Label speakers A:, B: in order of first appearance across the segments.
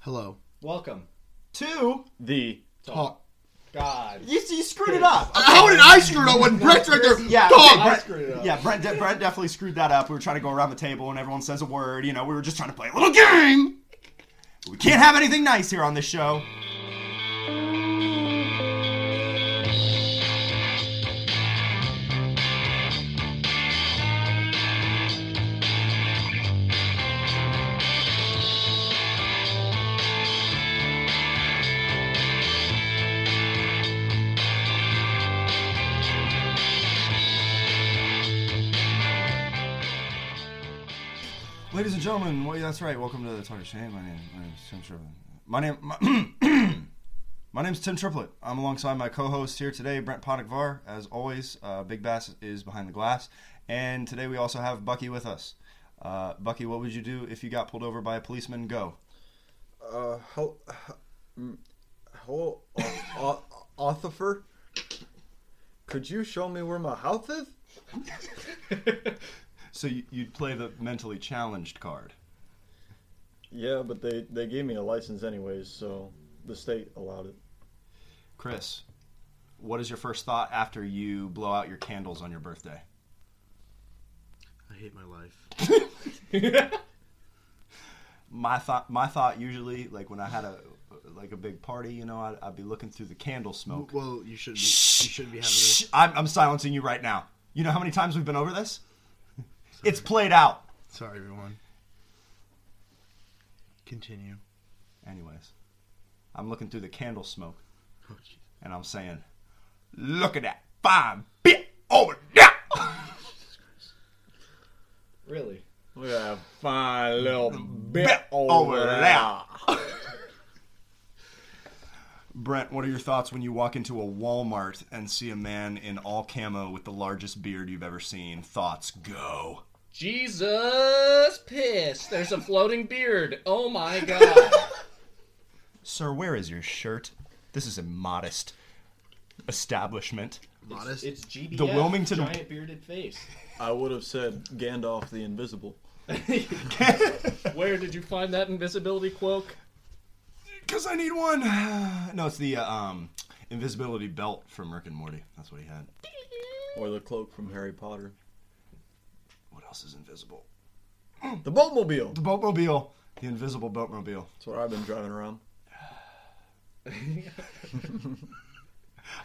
A: Hello.
B: Welcome to
C: The
A: Talk.
B: God.
D: You, you screwed it up.
A: How did I screw it up when Brett's right there?
D: Yeah,
A: Dog.
D: I
B: I
A: Brett-
B: screwed it up.
D: Yeah, Brett, de- Brett definitely screwed that up. We were trying to go around the table and everyone says a word. You know, we were just trying to play a little game. But we can't have anything nice here on this show. Ladies and gentlemen, well, yeah, that's right. Welcome to the Talk of Shame. My name, my name is Tim Triplett. My name, my, my name's Tim Triplett. I'm alongside my co-host here today, Brent Ponikvar. As always, uh, Big Bass is behind the glass, and today we also have Bucky with us. Uh, Bucky, what would you do if you got pulled over by a policeman? Go.
E: uh, how, how, uh, Othifer, could you show me where my house is?
D: So you, you'd play the mentally challenged card.
E: Yeah, but they, they gave me a license anyways, so the state allowed it.
D: Chris, what is your first thought after you blow out your candles on your birthday?
A: I hate my life.
D: my thought my thought usually like when I had a like a big party, you know, I'd, I'd be looking through the candle smoke.
A: Well, you shouldn't. Be, you shouldn't be having this.
D: Shh, I'm, I'm silencing you right now. You know how many times we've been over this? It's played out.
A: Sorry, everyone. Continue.
D: Anyways, I'm looking through the candle smoke
A: Oh, jeez.
D: and I'm saying, look at that fine bit over there.
B: Really?
E: Look at that fine little
D: bit over there. Brent, what are your thoughts when you walk into a Walmart and see a man in all camo with the largest beard you've ever seen? Thoughts go.
B: Jesus piss. There's a floating beard. Oh my god.
D: Sir, where is your shirt? This is a modest establishment.
A: Modest.
B: It's GBF.
D: The Wilmington-
B: giant bearded face.
E: I would have said Gandalf the Invisible.
B: Where did you find that invisibility cloak?
D: Because I need one. No, it's the uh, um, invisibility belt from Rick and Morty. That's what he had.
E: Or the cloak from Harry Potter.
D: What else is invisible?
E: The boatmobile!
D: The boatmobile. The invisible boatmobile.
E: That's what I've been driving around.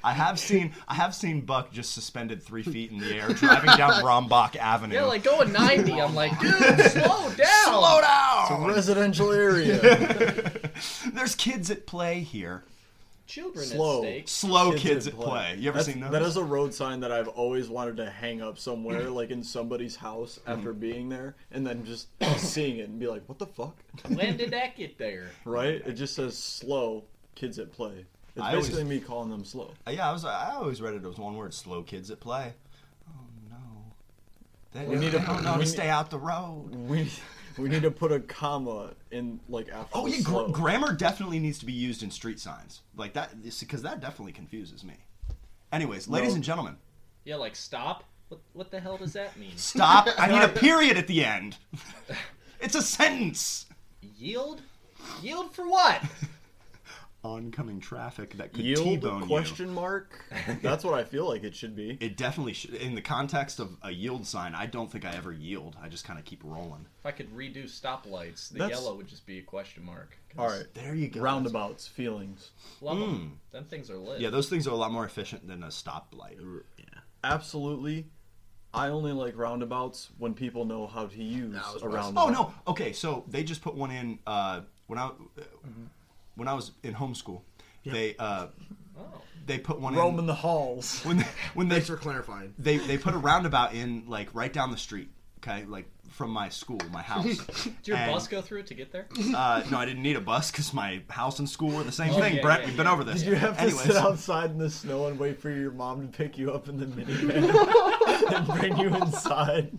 D: I have seen I have seen Buck just suspended three feet in the air driving down Rombach Avenue.
B: Yeah, like going 90. I'm like, dude, slow down.
D: slow down.
E: Residential area!
D: There's kids at play here.
B: Children
E: Slow.
B: at stake.
D: Slow kids, at play. You ever
E: That's-
D: seen those?
E: That is a road sign that I've always wanted to hang up somewhere, like in somebody's house
D: Mm-hmm.
E: after being there, and then just seeing it and be like, "What the fuck?"
B: When did that get there?
E: Right? It just says "slow kids at play." It's
D: I always-
E: basically me calling them slow.
D: Uh, Yeah, I was. I always read it as one word: slow kids at play. Oh no, they, we
E: need
D: need to,
E: to-
D: know
E: we
D: to
E: need-
D: stay out the road.
E: We we need to put a comma in like after.
D: Oh
E: the
D: yeah,
E: slow.
D: gr- grammar definitely needs to be used in street signs like that because that definitely confuses me. Anyways, ladies
E: No.
D: and gentlemen,
B: Yeah, like stop. What, what the hell does that mean?
D: stop. I need a period at the end. It's a sentence.
B: Yield? Yield for what?
D: Oncoming traffic that could
E: Yield
D: T-bone
E: question mark? That's what I feel like it should be.
D: you. It definitely should. In the context of a yield sign, I don't think I ever yield. I just kind of keep rolling.
B: If I could redo stoplights, the
E: That's-
B: yellow would just be a question mark. 'Cause
E: All right,
D: There you go.
E: roundabouts, feelings,
B: Love 'em. Them things are lit.
D: Yeah, those things are a lot more efficient than a stoplight.
E: absolutely. I only like roundabouts when people know how to use
A: I was
E: a
A: about to-
E: roundabout.
D: Oh no. Okay, so they just put one in uh, when I when I was in homeschool. They uh,
B: Oh.
D: they put one
E: Roam in
D: in
E: the halls.
D: when they, when they
A: Thanks for clarifying.
D: they they put a roundabout in like right down the street. Okay, like from my school, my house.
B: Did your
D: And,
B: bus go through it to get there?
D: Uh, no, I didn't need a bus because my house and school were the same
B: Oh,
D: thing.
B: yeah,
D: Brett,
B: yeah,
D: we've been
B: yeah.
D: over this.
E: You have to
D: Anyways,
E: sit outside in the snow and wait for your mom to pick you up in the minivan and bring you inside.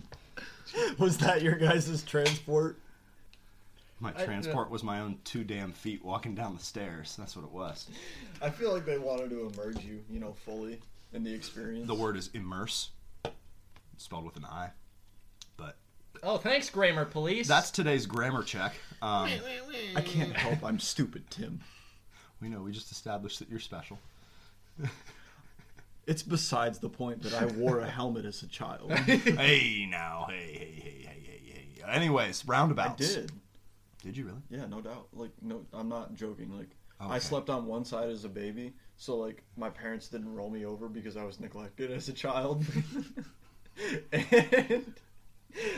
E: Was that your guys' transport?
D: my
B: I-
D: transport was my own two damn feet walking down the stairs. That's what it was.
E: I feel like they wanted to immerse you, you know, fully in the experience.
D: The word is immerse, spelled with an I, but
B: Oh, thanks, grammar police.
D: That's today's grammar check. Um,
E: I can't help. I'm stupid, Tim.
D: we know we just established that you're special.
E: It's besides the point that I wore a helmet as a child.
D: hey now, hey, hey, hey, hey, hey, hey. Anyways,
E: I
D: roundabouts.
E: did.
D: Did you really?
E: Yeah, no doubt. Like, no, I'm not joking. Like, I
D: Okay.
E: slept on one side as a baby, so like my parents didn't roll me over because I was neglected as a child, and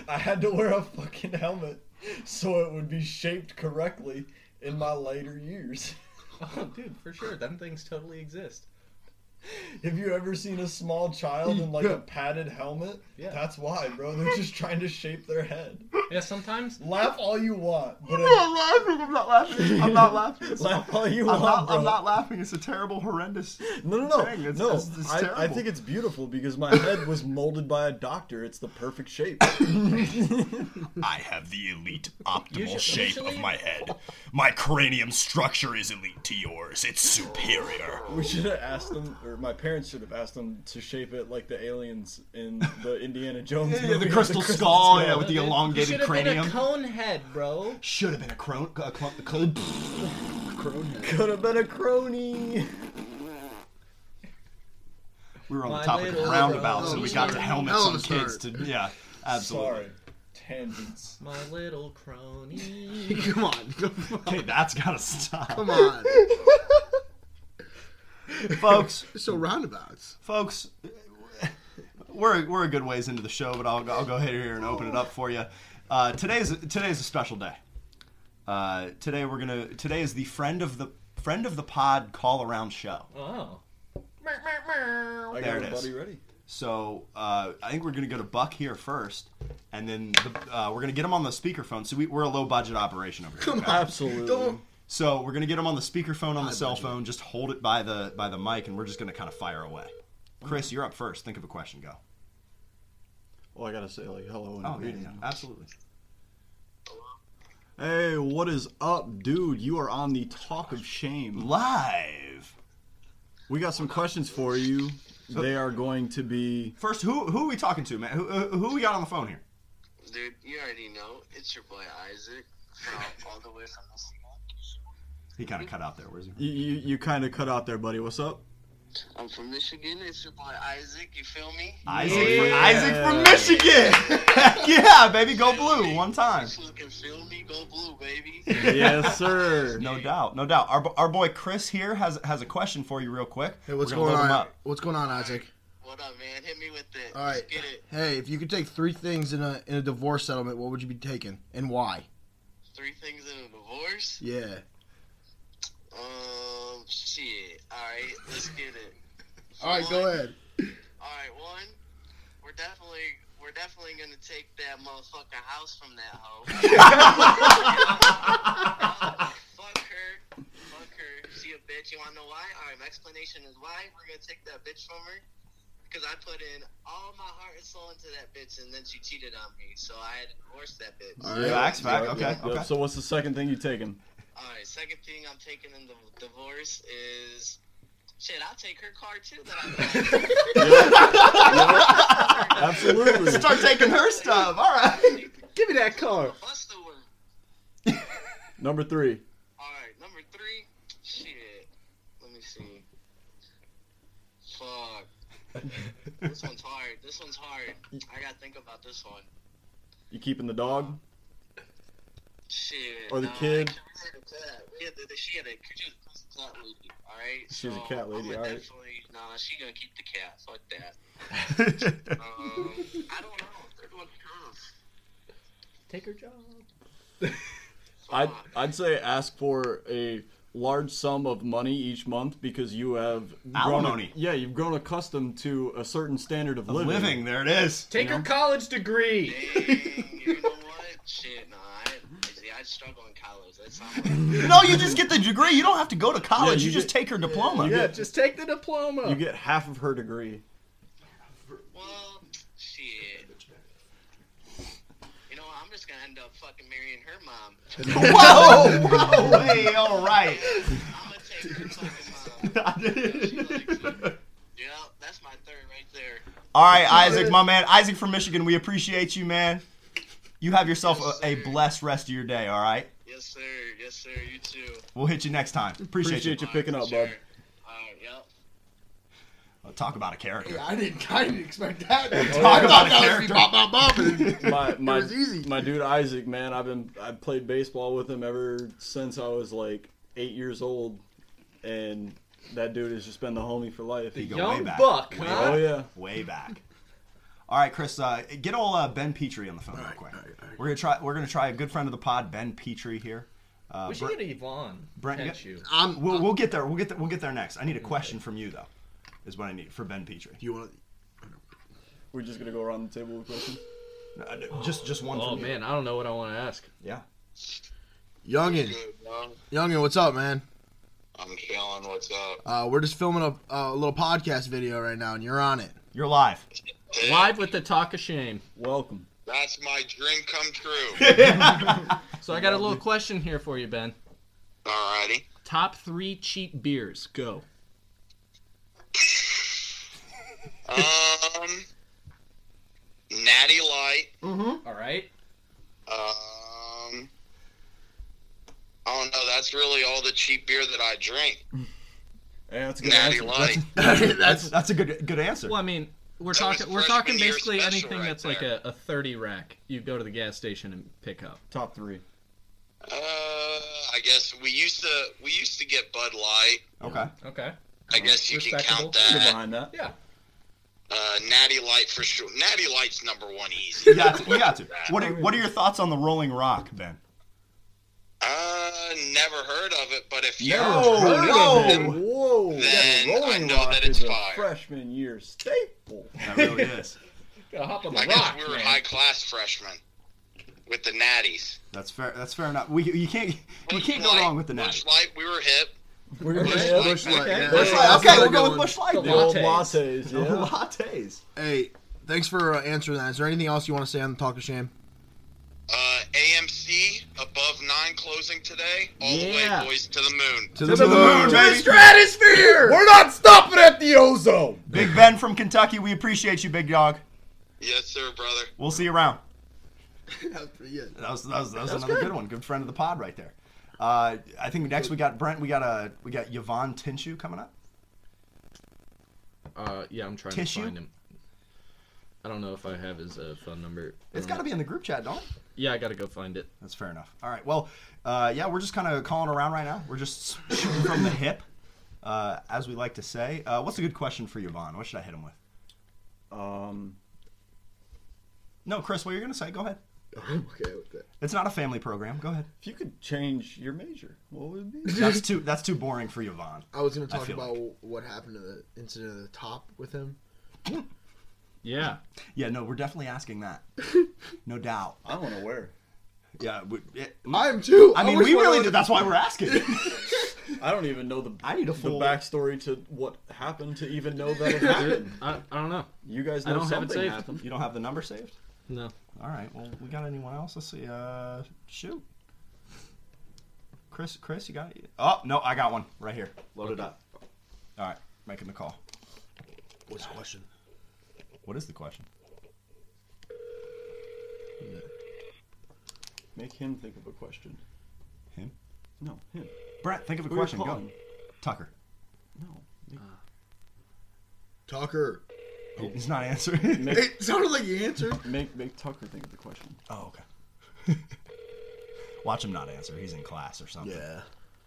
E: I had to wear a fucking helmet so it would be shaped correctly in my later years.
B: oh, dude, for sure. Them things totally exist.
E: Have you ever seen a small child in like
D: Yeah.
E: a padded helmet?
B: Yeah.
E: That's why, bro. They're just trying to shape their head.
B: Yeah, sometimes.
E: Laugh all you want, but
D: laughing. I'm not laughing. I'm not laughing. It's-
E: laugh all you want,
D: I'm not,
E: bro.
D: I'm not laughing. It's a terrible, horrendous.
E: No, no, no,
D: thing. It's-
E: no.
D: it's- it's
E: I, I
D: terrible.
E: think it's beautiful because my head was molded by a doctor. It's the perfect shape.
F: I have the elite
B: Usually-
F: optimal shape of
B: usually-
F: my head. My cranium structure is elite to yours. It's superior.
E: we should have asked them, or my parents should have asked them to shape it like the aliens in the Indiana Jones.
D: Yeah,
E: movie,
D: the crystal skull, yeah, with the
B: Dude, you
D: elongated
B: should've been
D: cranium.
B: a cone head, bro.
D: Should have been a crone, a clump, a cone.
E: Could have been a crony.
D: We were on
B: My
D: the topic of
B: little Oh,
D: roundabouts, and we got to
A: brother.
D: helmets
A: Hell
D: on
A: of a
D: kids. To
A: start.
D: yeah, absolutely.
E: Sorry, tangents.
B: My little crony.
A: Come on. Come on.
D: Okay, that's gotta stop,
A: Come on.
D: folks.
A: So roundabouts.
D: folks we're, we're a good ways into the show but i'll, go- I'll go ahead here and open it up for you uh, today's today's a special day uh, today we're gonna today is the friend of the friend of the pod call around show
B: Oh.
E: I
D: There
E: got
D: it
E: a
D: is.
E: buddy ready.
D: so uh, i think we're gonna go to buck here first and then the, uh, we're gonna get him on the speakerphone so we, we're a low budget operation over here okay?
E: Absolutely.
A: Don't-
D: so we're gonna get him on the speakerphone on the cell
A: budget.
D: phone just hold it by the by the mic and we're just gonna kind of fire away chris you're up first think of a question go
E: Well, I gotta say like hello and
D: oh yeah,
E: greeting.
D: yeah absolutely
E: Hey, what is up, dude? You are on the Talk of Shame.
D: live
E: We got some questions for you. They are going to be.
D: First, who who are we talking to, man? Who, who who we got on the phone here?
G: Dude, you already know. It's your boy Isaac, from all the way from Michigan.
D: He kind of cut out there. Where's he?
E: You, you, you kind of cut out there, buddy. What's up?
G: I'm from Michigan. It's your boy Isaac. You feel me?
D: Isaac,
B: Yeah.
D: from, Isaac from Michigan. Heck yeah, baby, go blue one time.
G: You fucking feel me? Go blue, baby.
E: yes, sr.
D: No doubt, no doubt. Our, bo- our boy Chris here has has a question for you, real quick.
A: Hey, what's
D: We're gonna
A: going
D: load him
A: on?
D: up.
A: What's going on, Isaac?
G: what up, man? Hit me with it.
A: All right.
G: Let's get it.
A: Hey, if you could take three things in a in a divorce settlement, what would you be taking and why?
G: Three things in a divorce.
A: Yeah.
G: Um, shit. All right, let's get it.
A: All right, go ahead.
G: All right, one. We're definitely, we're definitely gonna take that motherfucking house from that hoe. Fuck her. Fuck her. She a bitch. You wanna know why? All right, my explanation is why we're gonna take that bitch from her. Because I put in all my heart and soul into that bitch, and then she cheated on me, so I had to divorce that bitch.
A: All
D: Yeah,
A: right.
D: Facts, facts. Okay, okay.
E: So, what's the second thing you taking?
G: All right, second thing I'm taking in the divorce is. Shit, I'll take her car too. That I
E: Absolutely.
D: Start taking her stuff. All right.
A: Give me that car.
G: Bust the word.
E: Number three.
G: All right, number three. Shit. Let me see. Fuck. this one's hard. This one's hard. I gotta think about this one.
E: You keeping the dog?
G: Shit.
E: Or the
G: nah,
E: kid.
G: actually, we had a cat. We had the- she had a she was a cat lady. All right.
E: She was a cat lady,
G: I'm
E: all right.
G: Definitely. Nah, she gonna keep the cat. Fuck that. Um, I don't know. Third one's tough.
B: Take her job.
E: I'd,
G: Fuck.
E: I'd say ask for a large sum of money each month because you have
D: Alimony.
E: Grown, yeah, you've grown accustomed to a certain standard of living.
D: Living, there it is.
B: Take her college degree.
G: Dang, you know what? Shit, nah. I, see, I'd struggle in college. That's not what I'm
D: No, you just get the degree. You don't have to go to college.
E: Yeah,
D: you,
E: you
D: just
E: get-
D: take her diploma.
E: you
B: Yeah,
E: get-
B: just take the diploma.
E: You get half of her degree.
G: Well, shit. You know, what, I'm just gonna end up fucking marrying her mom.
D: Whoa, whoa, hey, all right.
G: I'm gonna take her fucking mom. Yeah, that's my third right there.
D: all right, Isaac, my man, Isaac from Michigan. We appreciate you, man. You have yourself a, a
G: Yes, sir.
D: blessed rest of your day, all right?
G: Yes, sir. Yes, sir. You too.
D: We'll hit you next time. Appreciate,
E: Appreciate
D: you.
E: you picking up,
G: Sure.
E: bud.
G: Alright, yep.
D: Uh, Talk about a character.
A: I didn't. I didn't expect that.
D: Talk
A: I
D: about
A: thought that
D: a
A: was be
D: character.
A: bop bop bop. and-
E: My my
A: was easy.
E: my dude Isaac, man, I've been I played baseball with him ever since I was like eight years old, and that dude has just been the homie for life.
D: You go way
B: Young
D: back.
B: buck,
D: Way
B: huh?
E: Oh yeah,
D: way back. All right, Chris, uh, get old uh, Ben Petrie on the phone real quick. We're gonna try. We're gonna try a good friend of the pod, Ben Petrie here. Uh,
B: We should
D: Brent-
B: get Yvonne.
D: Brent,
B: Catch
D: you-
B: you.
A: I'm.
D: we'll, we'll get there. We'll get there. We'll get there next. I need a question from you though. Is what I need for Ben Petrie.
A: You want?
E: we're just gonna go around the table with questions.
D: Uh, just just one.
B: Oh
D: from you.
B: man, I don't know what I want to ask.
D: Yeah.
A: Youngin,
G: Good, bro.
A: Youngin, what's up, man?
G: I'm chilling. What's up?
A: Uh, we're just filming a, a little podcast video right now, and you're on it.
D: You're live.
G: Hey,
B: Live with the talk of shame.
E: Welcome.
G: That's my dream come true.
B: So I got a little question here for you, Ben.
G: Alrighty.
B: Top three cheap beers. Go.
G: Um, Natty Light.
B: All right.
G: Um, I don't know. That's really all the cheap beer that I drink.
E: Yeah, that's a good
G: Natty
E: answer.
G: Light.
D: That's
A: That's
D: that's a good good answer.
B: Well, I mean, we're
G: That
B: talking
G: was
B: we're
G: freshman
B: talking
G: year
B: basically
G: special
B: anything
G: right
B: that's like
G: there.
B: a, a thirty rack. You go to the gas station and pick up.
E: Top three.
G: Uh, I guess we used to we used to get Bud Light.
D: Okay.
B: Okay.
G: I guess you can
B: Respectable.
G: count
E: You're
G: that.
E: behind that.
B: Yeah.
G: Uh, Natty Light for sure. Natty Light's number one easy.
D: You got to. You got to. What are, what are your thoughts on the Rolling Rock, Ben?
G: Uh, never heard of it, but if you
E: Whoa,
D: no.
E: Whoa!
G: Then
E: Yeah,
G: I
E: Rolling
G: know
E: Rock
G: that
E: is
G: it's
E: a
G: fire.
E: freshman year staple.
D: That really is.
B: Gotta hop on the
G: I guess
B: rock.
G: we were
B: man.
G: high class freshmen with the Natties.
D: That's fair. That's fair enough. We you can't you can't go wrong with the
G: Bush
D: net.
G: Light, we were hip.
E: We're gonna
G: Bush
E: get
G: Light,
E: Bush
G: back
A: Light,
G: then.
A: yeah. Bush Light.
D: Okay,
A: That's
D: we'll
A: a
D: go
A: good
D: with
A: one.
D: Bush Light.
B: The
D: dude.
E: the old
B: Lattes.
E: lattes.
D: The
E: Yeah.
D: lattes.
A: hey, thanks for uh, answering that. Is there anything else you want to say on the Talk of Shame?
G: Uh, AMC above nine closing today. All
B: Yeah.
G: the way, boys, to the moon.
D: To the moon, baby.
E: stratosphere. We're not stopping at the ozone.
D: Big Ben from Kentucky, we appreciate you, big dog.
G: Yes, sir, brother.
D: We'll see you around.
A: That's pretty good.
D: That was that was, that was another good. one. Good friend of the pod right there. Uh, I think next we got Brent. We got uh, we got Yvonne Tinshu coming up.
B: Uh, yeah, I'm trying
D: Tissue?
B: to find him. I don't know if I have his uh, phone number. I
D: It's
B: don't
D: got to be in the group chat, don't it?
B: know. Yeah, I gotta go find it.
D: That's fair enough. All right. Well, uh, yeah, we're just kind of calling around right now. We're just shooting from the hip, uh, as we like to say. Uh, what's a good question for Yvonne? What should I hit him with?
E: Um,
D: No, Chris, what you're gonna say? Go ahead.
A: I'm Oh, okay with that.
D: It's not a family program. Go ahead.
E: if you could change your major, what would it be?
D: That's too that's too boring for Yvonne.
A: I was going to
D: I
A: talk
D: feel
A: about what happened to the incident at the top with him.
B: Yeah.
D: Yeah, no, we're definitely asking that. No doubt.
E: I don't know where.
D: Yeah, we, it,
A: I am too.
D: I mean,
A: wish
D: we
A: one
D: really
A: of
D: did.
A: those-
D: That's why we're asking.
E: I don't even know the.
D: I need a
E: the
D: full-
E: backstory to what happened to even know that it happened.
B: I, I don't know.
E: You guys
B: I
E: know
B: don't have it
E: something
B: saved.
E: happened.
D: you don't have the number saved.
B: No.
D: All right. Well, we got anyone else? Let's see. Uh, shoot. Chris, Chris, you got it. Oh no, I got one right here. Loaded up. All right, making the call.
A: What's the question?
D: What is the question?
E: Make him think of a question.
D: Him?
E: No, him.
D: Brett, think of a
E: Who are you
D: question. Go.
E: calling?
D: Tucker.
E: No.
D: Uh.
A: Tucker.
D: He's not answering.
E: Oh. Make,
A: It sounded like you answered.
E: make make Tucker think of the question.
D: oh, okay. Watch him not answer. He's in class or something. Yeah.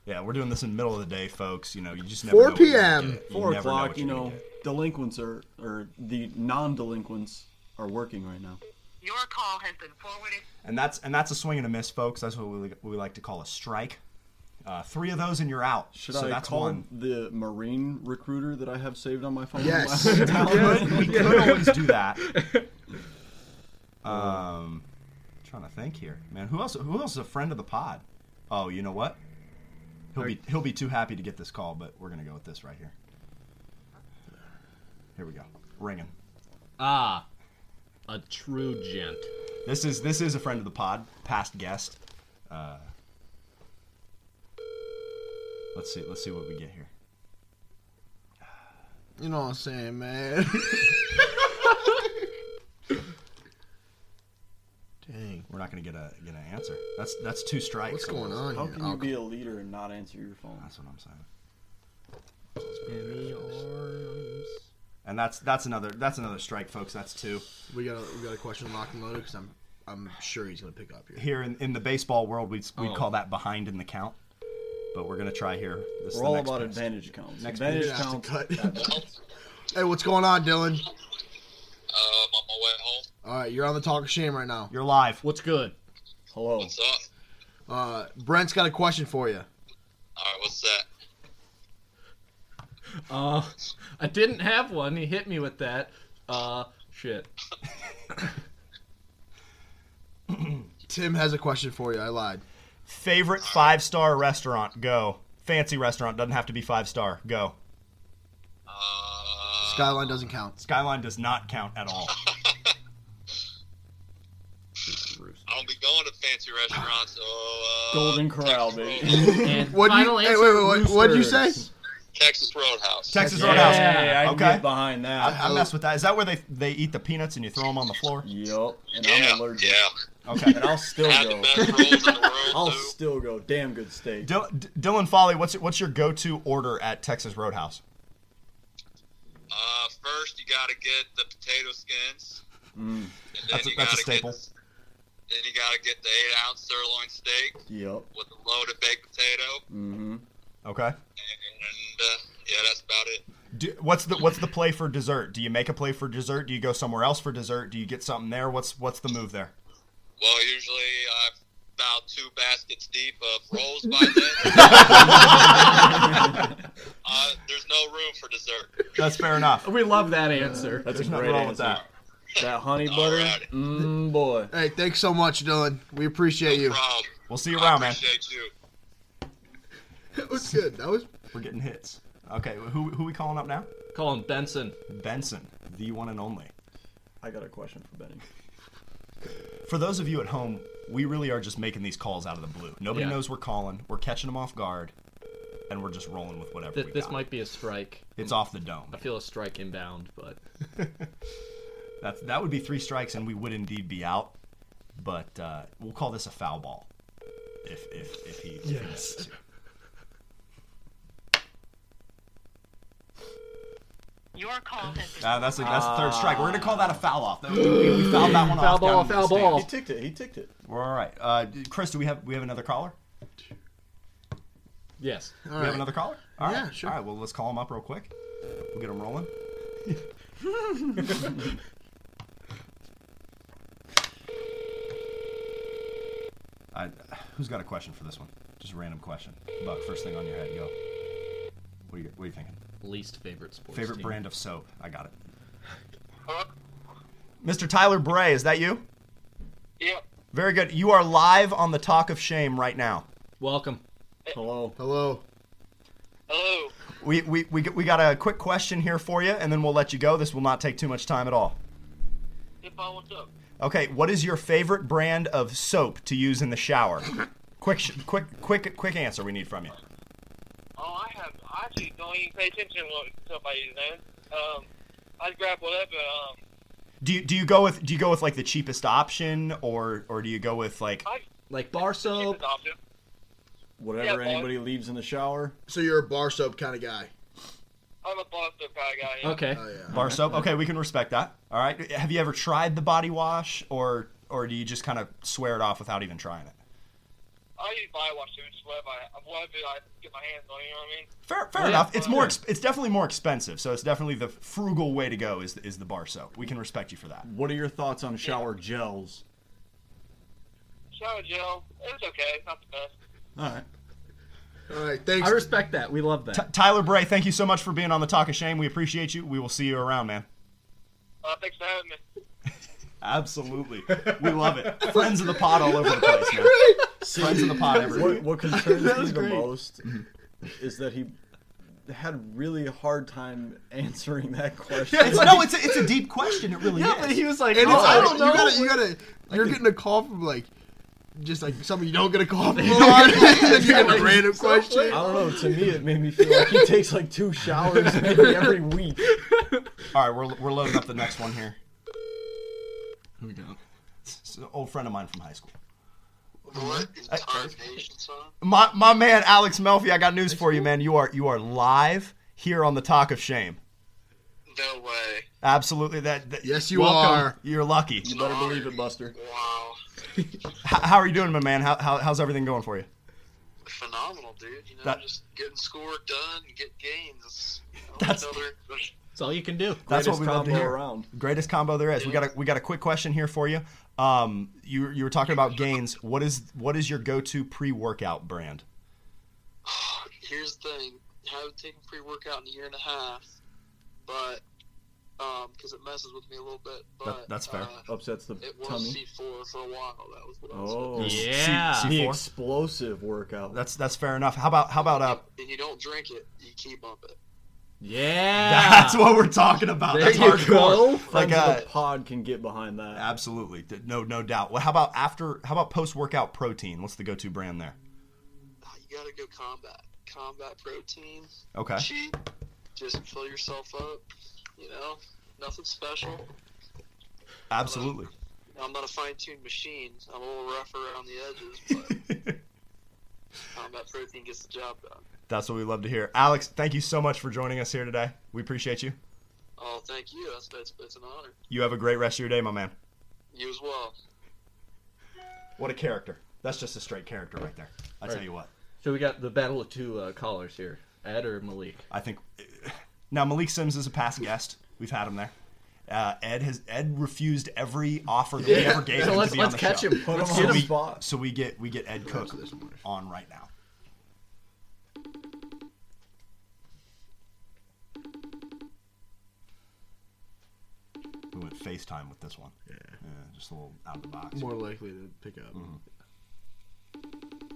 A: Yeah.
D: we're doing this in the middle of the day, folks. You know, you just never.
A: 4
D: know what you're gonna
A: p.m..
D: get. You
E: Four
D: never
E: o'clock.
D: what
E: You
D: you're gonna
E: know,
D: get.
E: delinquents are or the non-delinquents are working right now.
G: Your call has been forwarded.
D: and that's and that's a swing and a miss, folks. That's what we, we like to call a strike. Uh, three of those and you're out.
E: Should
D: so
E: I
D: that's
E: call
D: one.
E: the Marine recruiter that I have saved on my phone?
A: Yes.
D: Could- we could always do that. Um, trying to think here, man. Who else? Who else is a friend of the pod? Oh, you know what? He'll be he'll be too happy to get this call, but we're gonna go with this right here. Here we go, ringing.
B: Ah, a true gent.
D: This is this is a friend of the pod, past guest. Uh, let's see let's see what we get here.
A: You know what I'm saying, man. Dang.
D: We're not gonna get a get an answer. That's that's two strikes.
A: What's going on
E: How
A: here?
E: can you be a leader and not answer your phone?
D: That's what I'm saying.
A: arms.
D: And that's that's another that's another strike, folks. That's two.
A: We got a, we got a question locked and loaded because I'm I'm sure he's gonna pick up here.
D: Here in, in the baseball world, we'd we'd
A: Oh.
D: call that behind in the count. But we're gonna try here. This is
E: We're
D: the
E: all
D: next
E: about
D: post.
E: advantage counts.
D: Next
E: advantage
A: Just have
E: counts.
A: to cut. hey, what's going on, Dylan?
G: Um, on my way home.
A: All right, you're on the talk of shame right now.
D: You're live.
H: What's good?
E: Hello.
G: What's up?
A: Uh, Brent's got a question for you.
G: All right, what's that?
B: Uh, I didn't have one. He hit me with that. Uh, shit.
A: Tim has a question for you. I lied.
D: Favorite five star restaurant? Go. Fancy restaurant doesn't have to be five star. Go.
G: Uh,
A: Skyline doesn't count.
D: Skyline does not count at all.
G: I don't be going to fancy restaurants. So, uh,
E: Golden Corral,
G: Texas
E: baby.
G: Road-
B: And
A: What'd you-
B: final
A: hey,
B: answer.
A: wait, wait, wait, what'd you say?
E: Roosters.
G: Texas Roadhouse.
D: Texas
A: Yeah.
D: Roadhouse.
E: Hey, I can
D: Okay.
E: get behind that.
D: I, I mess with that. Is that where they they eat the peanuts and you throw them on the floor?
E: Yup. And
G: yeah,
E: I'm allergic.
G: yeah.
D: Okay.
E: And I'll still
G: Had the
E: go.
G: best rolls in the
E: I'll
G: world, too.
E: still go. Damn good steak.
D: Dil- D- Dylan Folly, what's what's your go to order at Texas Roadhouse?
G: Uh, first, you got to get the potato skins.
E: Mm.
G: And then
D: That's a-
G: you
D: that's a
G: gotta
D: staple.
G: Get, then you got to get the eight ounce sirloin steak
E: Yup.
G: with a loaded baked potato.
E: Mm-hmm.
D: Okay.
G: And uh, yeah, that's about it.
D: Do, what's the what's the play for dessert? Do you make a play for dessert? Do you go somewhere else for dessert? Do you get something there? What's what's the move there?
G: Well, usually I'm about two baskets deep of rolls by then. uh, there's no room for dessert.
D: That's fair enough.
B: We love that answer.
E: That's
D: There's
E: a
D: nothing
E: great
D: wrong
E: answer.
D: with that.
E: That honey butter,
G: Alrighty.
E: mm, boy.
A: Hey, thanks so much, Dylan. We appreciate you.
G: Problem.
D: We'll see you around,
G: I
D: man.
G: appreciate you.
A: That was good. That was
D: We're getting hits. Okay, who who we calling up now?
B: Call him Benson.
D: Benson, the one and only.
E: I got a question for Benny.
D: For those of you at home, we really are just making these calls out of the blue. Nobody
B: Yeah.
D: knows we're calling. We're catching them off guard, and we're just rolling with whatever
B: Th-
D: we
B: this
D: got.
B: might be a strike.
D: It's off the dome.
B: I feel a strike inbound, but
D: That's that would be three strikes, and we would indeed be out. But uh, we'll call this a foul ball, if if if he. if he misses it.
I: Your call has been.
D: Uh, that's a, that's the third strike. We're gonna call that a foul off. That- we, we fouled that one
B: Foul
D: off.
B: ball,
D: down in
B: foul
D: the stand.
B: ball.
E: He ticked it. He ticked it.
D: We're all right. Uh, Chris, do we have we have another caller?
B: yes.
A: all
D: we have
A: right.
D: another caller. All right.
A: Yeah, sure.
D: All right. Well, let's call him up real quick. We'll get him rolling. I, who's got a question for this one? Just a random question. Buck, first thing on your head, go. What are you, what are you thinking?
B: Least favorite sports.
D: Favorite
B: team.
D: brand of soap. I got it. Mr. Tyler Bray, is that you?
G: Yep.
D: Very good. You are live on the Talk of Shame right now.
B: Welcome.
E: Hello.
A: Hello.
G: Hello.
D: We, we, we, we got a quick question here for you, and then we'll let you go. This will not take too much time at all.
G: Paul, what's up?
D: Okay, what is your favorite brand of soap to use in the shower? quick, sh- quick, quick, quick answer we need from you.
G: Oh, I have. I actually don't even pay attention to what somebody's name. Um, I grab whatever. Um,
D: Do you, do you go with do you go with like the cheapest option, or or do you go with like
B: Like bar soap.
G: option.
E: Whatever
G: Yeah, boy.
E: anybody leaves in the shower.
A: So you're a bar soap kind of guy.
G: I'm a Boston guy. Yeah.
B: Okay.
A: Oh yeah.
D: bar soap? Okay, we can respect that. All right. Have you ever tried the body wash, or or do you just kind of swear it off without even trying it?
G: I use body wash too. It's whatever I, whatever I get my hands on. You know what I mean?
D: Fair, fair enough. It's more. Ex- it's definitely more expensive. So it's definitely the frugal way to go. Is is the bar soap? We can respect you for that.
E: What are your thoughts on shower gels?
G: Shower gel. It's okay. It's not the best.
E: All right.
A: All right. Thanks.
B: I respect that. We love that.
D: T- Tyler Bray, thank you so much for being on the Talk of Shame. We appreciate you. We will see you around, man.
G: Uh, thanks for having me.
D: Absolutely, we love it. Friends of the pod all over the place, man. Friends of the pod
E: What,
D: everywhere.
E: what concerns
A: That
E: me
A: was
E: the
A: great.
E: most is that he had really a hard time answering that question.
D: It's, no, it's a, it's a deep question. It really
B: yeah,
D: is.
B: but he was like,
A: And
B: oh,
A: it's,
B: I
A: I
B: don't know.
A: You gotta, you gotta, you're getting a call from like, just like something you don't get a call from. you get a random question.
E: I don't know. To me, it made me feel like he takes like two showers maybe every week.
D: all right, we're, we're loading up the next one here.
A: Here we go.
D: It's an old friend of mine from high school.
G: What is Tom Nation song?
D: My my man Alex Melfi, I got news for you, man. You are you are live here on the Talk of Shame.
G: No way.
D: Absolutely, that, that-
A: Yes, you
D: welcome.
A: are.
D: You're lucky. H-
E: You better believe it, Buster.
G: Wow.
D: how are you doing, my man? How, how how's everything going for you?
G: Phenomenal, dude. You know,
D: That-
G: just getting schoolwork done and get gains. It's, you know,
D: That's-
G: another-
B: That's all you can do.
D: That's what
E: Greatest
D: we love to
E: combo
D: hear.
E: around.
D: Greatest combo there is. We got a we got a quick question here for you. Um, you you were talking about gains. What is what is your go to pre workout brand?
G: here's the thing. I haven't taken pre workout in a year and a half, but because it messes with me a little bit. But
D: That- that's fair.
G: Uh,
E: Upsets the
G: it was
E: tummy.
G: C4 for a while. That was what I was.
E: Oh,
B: Yeah.
D: C-
E: the
D: C4?
E: explosive workout.
D: That's that's fair enough. How about how about uh?
G: And you don't drink it, you keep up it.
B: Yeah.
D: That's what we're talking about.
E: there
D: that's
E: you
D: hardcore.
E: go.
D: Like,
E: Like
D: uh,
E: the pod can get behind that.
D: Absolutely, D- no no doubt. Well, how about after? How about post workout protein? What's the go to brand there?
G: Ah, You gotta go combat. Combat protein.
D: Okay.
G: Cheap. Just fill yourself up. You know, nothing special.
D: Absolutely.
G: I'm not a fine tuned machine. I'm a little rough around the edges, but combat protein gets the job done.
D: That's what we love to hear. Alex, thank you so much for joining us here today. We appreciate you.
G: Oh, thank you. That's, that's, that's an honor.
D: You have a great rest of your day, my man.
G: You as well.
D: What a character. That's just a straight character right there. I tell
B: Right.
D: you what.
B: So we got the battle of two uh, callers here, Ed or Malik.
D: I think now Malik Sims is a past guest. We've had him there. Uh, Ed has Ed refused every offer that we ever gave
B: so
D: him
B: let's
D: to be
B: let's
D: on the
B: catch
D: show.
B: him.
E: Put
B: Let's
E: him on
D: So
B: get
E: the
D: we,
B: him.
E: spot.
D: so we get we get Ed Cook on right now. We went FaceTime with this one. Yeah, just a little out of the box.
A: More likely to pick up.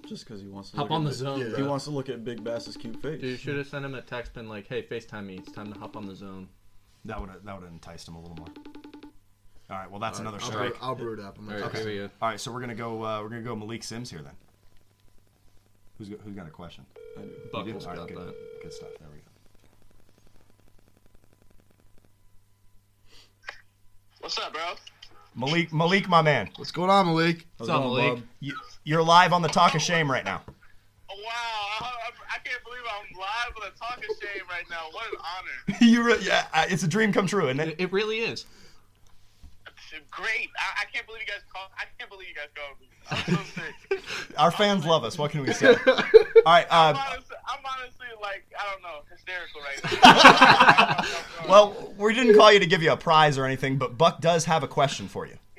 E: Just because he wants to
B: Hop
E: look at
B: on the
E: Big-
B: zone,
E: He
B: bro.
E: wants to look at Big Bass's cute face.
B: Dude, you should have sent him a text been like, "Hey, Facetime me. It's time to hop on the zone."
D: That would that would have enticed him a little more. All right, well that's another
A: I'll,
D: strike.
A: brew, I'll brew it up. I'm
B: All
A: gonna
B: right,
A: okay.
B: here we go.
D: All right, so we're gonna go. Uh, we're gonna go Malik Sims here then. Who's got, who's got a question? You do?
B: Buckles
D: All right,
B: got
D: good,
B: that.
D: good stuff. There we go.
G: What's up, bro?
D: Malik, Malik, my man,
A: What's going on, Malik?
B: What's up, Malik?
D: you, you're live on the Talk of Shame right now.
G: Wow, I, I, I can't believe I'm live with a talking shame right now. What an honor.
D: you re- yeah, I- it's a dream come true, isn't
B: It,
D: it?
B: it really is.
G: Great. I, I can't believe you guys called. I can't believe you guys called me. I'm so sick.
D: Our fans love us. What can we say? All right.
G: I'm
D: Uh,
G: honestly, I'm honestly like, I don't know, hysterical right now.
D: well, we didn't call you to give you a prize or anything, but Buck does have a question for you.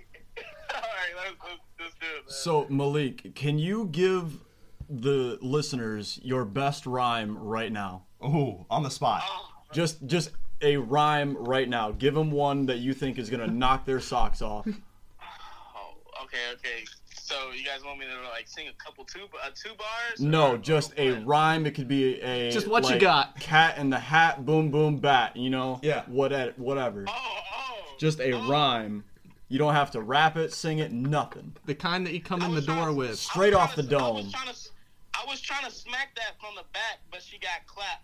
G: All right, let's, let's, let's do it, man.
E: So Malik, can you give the listeners your best rhyme right now?
D: Ooh, on the spot.
G: Oh,
E: Just just a rhyme right now. Give them one that you think is gonna knock their socks off.
G: Oh, okay, okay. So you guys want me to like sing a couple two uh, two bars?
E: No,
G: Or-
E: just
G: or
E: a
G: what? Oh,
E: rhyme. It could be a
B: Just what you got.
E: Cat in the hat, boom boom bat. You know.
D: Yeah.
E: What whatever.
G: Oh, oh.
E: Just a rhyme. You don't have to rap it, sing it, nothing.
B: The kind that you come in the
G: was trying
B: door
G: to-
B: with.
G: I was
E: Straight
G: trying
E: off
G: to-
E: the
G: I
E: dome.
G: was, trying to, I was trying to smack that from the back, but she got clapped.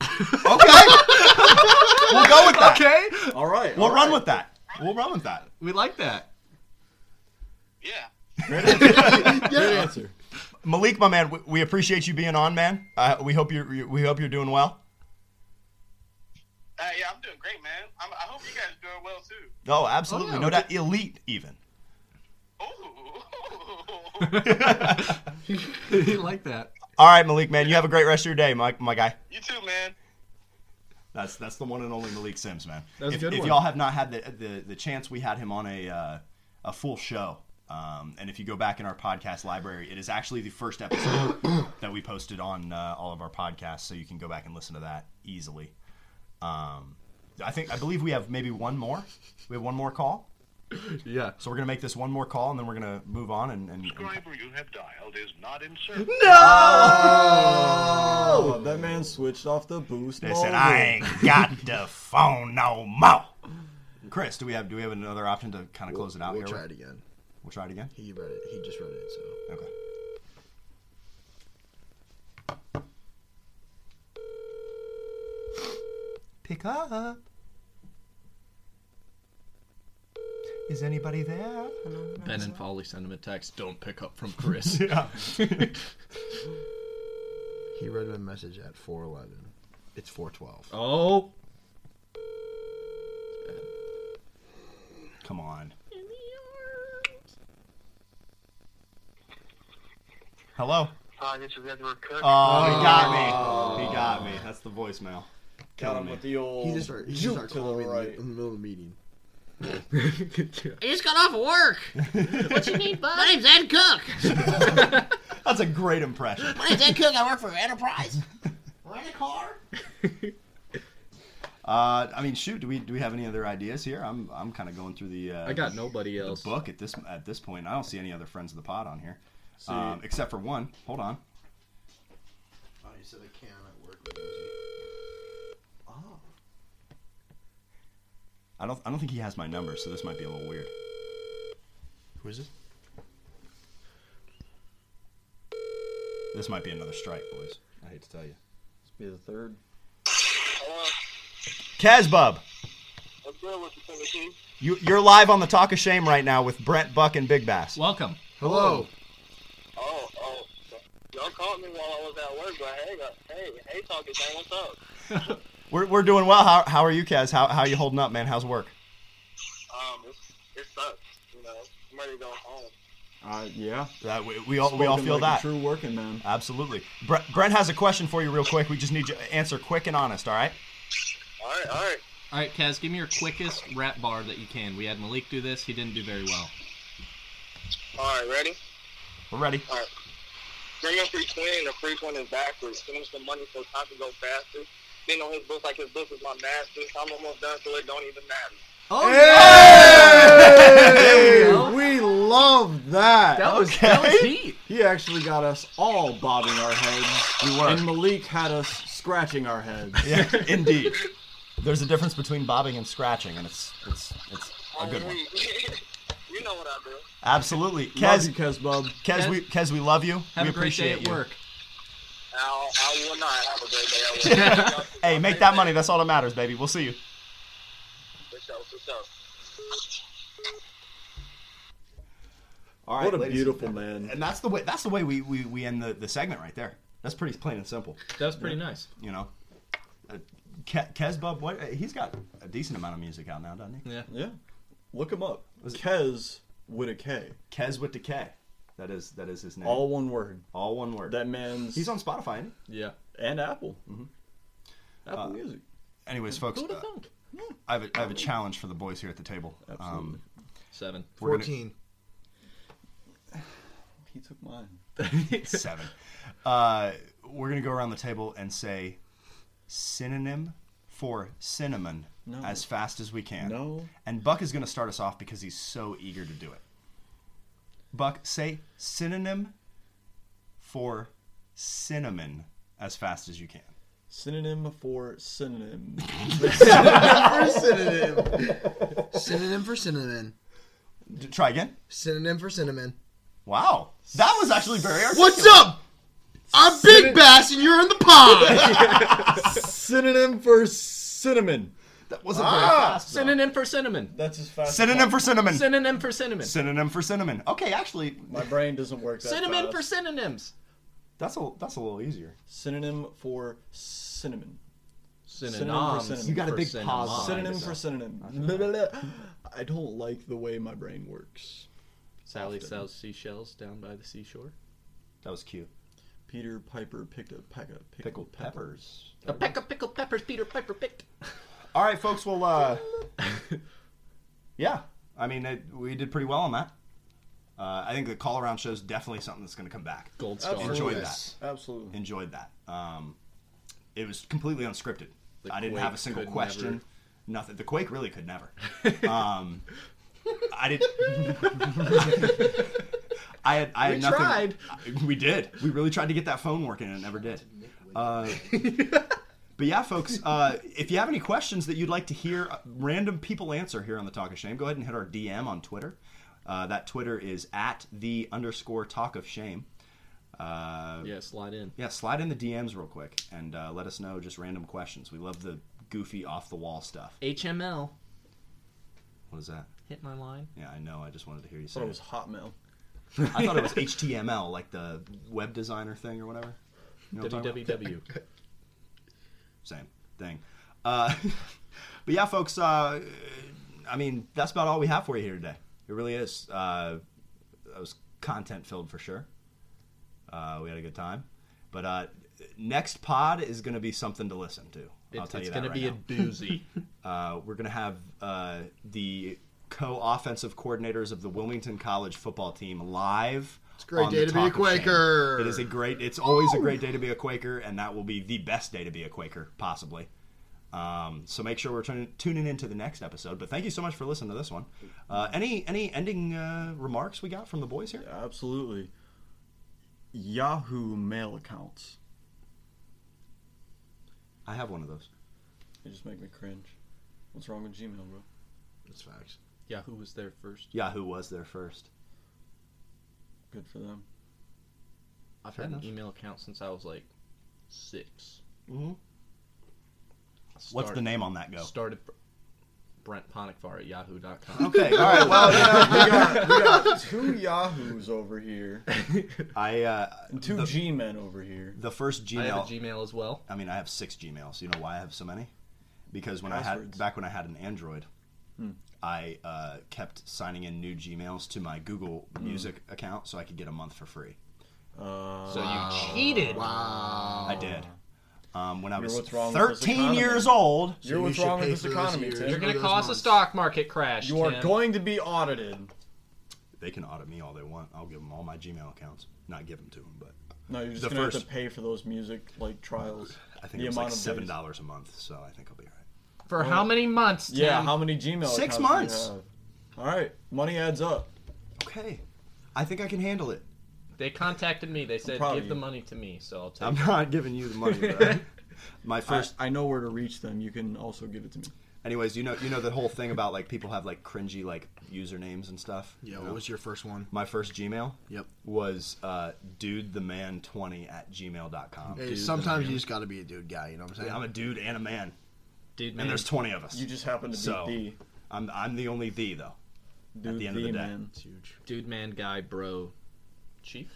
D: Okay. we'll go with that.
B: Okay,
E: All right.
D: We'll
E: all
D: run
E: right.
D: with that. We'll run with that.
B: we like that.
G: Yeah.
E: Good answer.
D: Malik, my man, we, we appreciate you being on, man. Uh, we hope you're we hope you're doing well.
G: Uh, yeah, I'm doing great, man. I'm, I hope you guys are doing well too.
D: Oh, absolutely,
B: Oh, yeah,
D: no
B: we
D: doubt, elite even.
G: Ooh.
B: we like that.
D: All right, Malik, man, you have a great rest of your day, my my guy.
G: you too, man.
D: That's that's the one and only Malik Sims, man.
E: That's a
D: if
E: good
D: if
E: one.
D: y'all have not had the, the the chance, we had him on a uh, a full show. Um, and if you go back in our podcast library, it is actually the first episode that we posted on uh, all of our podcasts, so you can go back and listen to that easily. Um, I think I believe we have maybe one more. We have one more call,
B: Yeah.
D: so we're gonna make this one more call, and then we're gonna move on and, and, and
J: subscriber you have dialed is not in service.
E: Oh, that man switched off the boost.
D: They said
E: mode.
D: I ain't got the phone no more. Chris, do we have do we have another option to kind of close it out
A: We'll
D: here?
A: try it again.
D: We'll try it again.
A: He read it. He just read it. So
D: Okay. Pick up.
K: Is anybody there? Hello? No,
B: Ben
K: it's
B: and
K: not.
B: Polly send him a text. Don't pick up from Chris.
A: He read my message at 4:11. It's 4:12.
B: oh,
D: Come on. Hello.
J: Hi, this is Edward Cook.
D: Oh,
E: Uh,
D: he
A: Oh.
D: got me. He got me. That's the voicemail.
E: Got
D: Killing
E: him
D: me.
E: with the old.
A: He just started, he just
E: juke
A: started
E: to the
A: calling me in the-
E: right.
A: in the middle of the meeting.
B: I
I: just got off of work. What you need, bud? My name's Ed Cook.
D: That's a great impression.
I: My name's Ed Cook. I work for Enterprise. Rent a car.
D: Uh, I mean, shoot, do we do we have any other ideas here? I'm I'm kind of going through the uh,
B: got nobody
D: the
B: else.
D: book at this at this point. I don't see any other friends of the pod on here,
E: See,
D: um, except for one. Hold on.
A: Oh, he said I can at work.
D: I don't I don't think he has my number, so this might be a little weird.
A: Who is it?
D: This might be another strike, boys. I hate to tell you.
E: be the third.
D: Kazbub,
J: What's good with the team?
D: you you're live on the Talk of Shame right now with Brett Buck and Big Bass.
B: Welcome.
A: Hello.
J: Oh, oh. Y'all called me while I was at work, but hey, uh, hey, hey, talking thing, what's up?
D: We're, we're doing well. How, how are you, Kaz? How how you holding up, man? How's work?
J: Um, it's, it sucks, you know. I'm ready to go home.
E: Uh, yeah.
D: Uh, we, we all we all
E: Spoken
D: feel
E: like
D: that.
E: A true working man.
D: Absolutely. Brent, Brent has a question for you, real quick. We just need you to answer quick and honest. All right.
J: All right, all right.
B: All right, Kaz, give me your quickest rap bar that you can. We had Malik do this. He didn't do very well.
J: All right, ready?
D: We're ready.
J: Bring a free twin, the free twin is backwards. Finish the money so time can go faster. Been on his book like his book is my master. I'm almost done, so it don't even matter.
B: Oh, yeah.
E: Hey, we love that.
B: that was that was heat.
E: He actually got us all bobbing our heads. We were. And Malik had us scratching our heads.
D: Yeah, indeed. There's a difference between bobbing and scratching, and it's it's it's a good one.
J: you know what I do.
D: Absolutely,
E: Love
D: Kez.
E: you, Kesbub.
D: Kez, we Kez, we love you.
B: Have
D: we
B: a great day
D: appreciate
B: at
D: you.
B: work.
J: I'll, I will not have a great day at work.
D: Hey, make that money. That's all that matters, baby. We'll see you.
J: For sure, for sure.
D: All
E: What a beautiful man.
D: And that's the way. That's the way we we, we end the, the segment right there. That's pretty plain and simple.
B: That was pretty nice.
D: You know, uh, Ke- Kez Bub, what uh, he's got a decent amount of music out now, doesn't he?
B: Yeah.
E: Yeah. Look him up. Kez with a K.
D: Kez with the K. That is that is his name.
E: All one word.
D: All one word.
E: That man's
D: He's on Spotify. Ain't
B: Yeah.
E: and Apple. Apple Music.
D: he? Anyways, folks,
B: Who would
D: uh,
B: have thunk?
D: I, have a, I have a challenge for the boys here at the table. Um,
B: Seven.
D: we're gonna-
A: 14.
E: He took mine.
D: seven. Uh, we're gonna go around the table and say synonym for cinnamon
E: No.
D: as fast as we can.
E: No.
D: And Buck is gonna start us off because he's so eager to do it. Buck, say synonym for cinnamon as fast as you can.
E: Synonym for synonym.
A: synonym. synonym for cinnamon.
D: D- try again.
A: Synonym for cinnamon.
D: Wow, that was actually very.
A: What's up? I'm Big Bass and you're in the pod.
E: synonym for cinnamon.
D: That wasn't very fast. though.
B: Synonym for cinnamon.
E: That's as fast. as
D: Synonym
E: my-
D: for cinnamon.
B: Synonym for cinnamon.
D: Synonym for cinnamon. Okay, actually,
E: My brain doesn't work. That
B: Cinnamon
E: fast.
B: for synonyms.
D: that's a that's a little easier.
E: synonym for cinnamon.
B: Synonyms.
E: cinnamon. You
D: got a
B: for
D: big
B: cinnamon.
D: pause.
E: Synonym for synonym. I don't like the way my brain works.
B: Sally
E: Often.
B: sells seashells down by the seashore.
D: That was cute.
E: Peter Piper picked a pack of pickled,
D: Pickled
E: peppers.
D: peppers.
B: A peck of pickled peppers Peter Piper picked.
D: All right, folks. Well, uh, yeah. I mean, it, we did pretty well on that. Uh, I think the call around show is definitely something that's going to come back.
B: Gold star.
D: Enjoyed
A: Yes.
D: that.
E: Absolutely.
D: Enjoyed that. Um, it was completely unscripted.
B: The
D: I didn't
B: Quake
D: have a single
B: could
D: question.
B: never-
D: Nothing. The quake really could never. um, I did. I had. I had
B: We
D: nothing.
B: tried.
D: I- we did. We really tried to get that phone working, and it never did. Uh, but yeah, folks, uh, if you have any questions that you'd like to hear uh, random people answer here on the Talk of Shame, go ahead and hit our DM on Twitter. Uh, that Twitter is at the underscore Talk of Shame. Uh,
B: Yeah, slide in.
D: yeah, slide in the DMs real quick and uh, let us know just random questions. We love the goofy off the wall stuff.
B: HML.
D: What is that?
K: hit my line?
D: Yeah, I know. I just wanted to hear you say
E: thought it was Hotmail.
D: I thought it was HTML, like the web designer thing or whatever. You know what I'm talking about?
K: www.
D: Same thing. Uh, but yeah, folks, uh, I mean, that's about all we have for you here today. It really is. Uh, that was content filled for sure. Uh, we had a good time. But uh, next pod is going to be something to listen to. I'll
K: It's-
D: tell
K: it's
D: you that
K: gonna
D: right
K: be a
D: now.
K: doozy.
D: Uh, we're going to have uh, the co offensive coordinators of the Wilmington College football team live. It's
A: a great day to be a Quaker.
D: It is a great, it's always a great day to be a Quaker, and that will be the best day to be a Quaker, possibly. Um, so make sure we're tuning tuning into the next episode. But thank you so much for listening to this one. Uh, any any ending uh, remarks we got from the boys here?
E: Absolutely. Yahoo mail accounts.
D: I have one of those.
E: They just make me cringe. What's wrong with Gmail, bro?
A: That's facts.
K: Yahoo was there first.
D: Yahoo was there first.
E: Good for them.
K: I've
D: Fair
K: had
D: enough.
K: an email account since I was like six.
D: Mm-hmm. What's
K: Started-
D: the name on that go?
K: Started Br- Brent Ponikvar at yahoo.com.
D: Okay, all right. Well,
E: we, got, we got two Yahoos over here
D: I uh,
E: and two
D: the,
E: G men over here.
D: the first
K: I
D: Gmail. I,
K: have a Gmail as well.
D: mean, I have six Gmails. You know why I have so many? Because when I had
E: Passwords.
D: back when I had an Android,
E: Hmm.
D: I uh, kept signing in new Gmails to my Google
E: Hmm.
D: Music account so I could get a month for free.
E: Uh,
K: So you cheated.
A: Wow.
D: I did. Um, when I
E: Ah. You're
D: was
E: what's wrong with this
D: 13
E: economy.
D: years old,
E: you're
A: you
E: what's
A: should
E: wrong with
A: pay
E: this
A: for those
E: economy,
A: years.
E: Tim.
K: You're
A: You're
K: going to
A: those
K: cause a
A: months.
K: stock market crash.
E: You are
K: Tim.
E: going to be audited.
D: they can audit me all they want. I'll give them all my Gmail accounts. Not give them to them, but
E: No, you're just
D: The
E: gonna have
D: first-
E: to pay for those music like trials.
D: I think
E: The
D: it was like
E: amount of days.
D: seven dollars a month, so I think I'll be all right.
K: For how many months, Tim?
E: Yeah, how many Gmail? accounts
D: Six
E: do
D: months.
E: You have? All right, money adds up.
D: Okay, I think I can handle it.
K: They contacted me. They said,
E: proud of
K: give the
E: you.
K: money to me, so I'll take
D: I'm
K: it.
D: not giving you the money. Bro. my first,
E: First, I, know where to reach them. You can also give it to me.
D: anyways, you know, you know the whole thing about like people have like cringy like usernames and stuff. you
A: Yeah,
D: know?
A: what was your first one?
D: my first Gmail
A: Yep.
D: was uh, dude the man twenty at gmail.com.
A: Hey, sometimes you just got to be a dude guy. You know what I'm saying?
D: I'm a dude and a man,
K: Dude, man.
D: and there's twenty of us.
E: You just happen to be
D: So,
E: the
D: I'm I'm the only the though.
E: dude,
D: the end of the day.
E: man.
A: It's huge.
K: Dude, man, guy, bro, chief.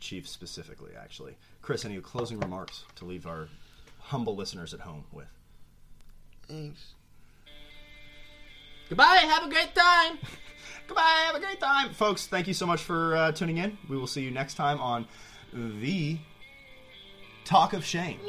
D: Chief specifically, actually. Chris, any closing remarks to leave our humble listeners at home with?
A: Thanks.
K: Goodbye. Have a great time.
D: Goodbye. Have a great time, folks. Thank you so much for uh, tuning in. We will see you next time on the Talk of Shame.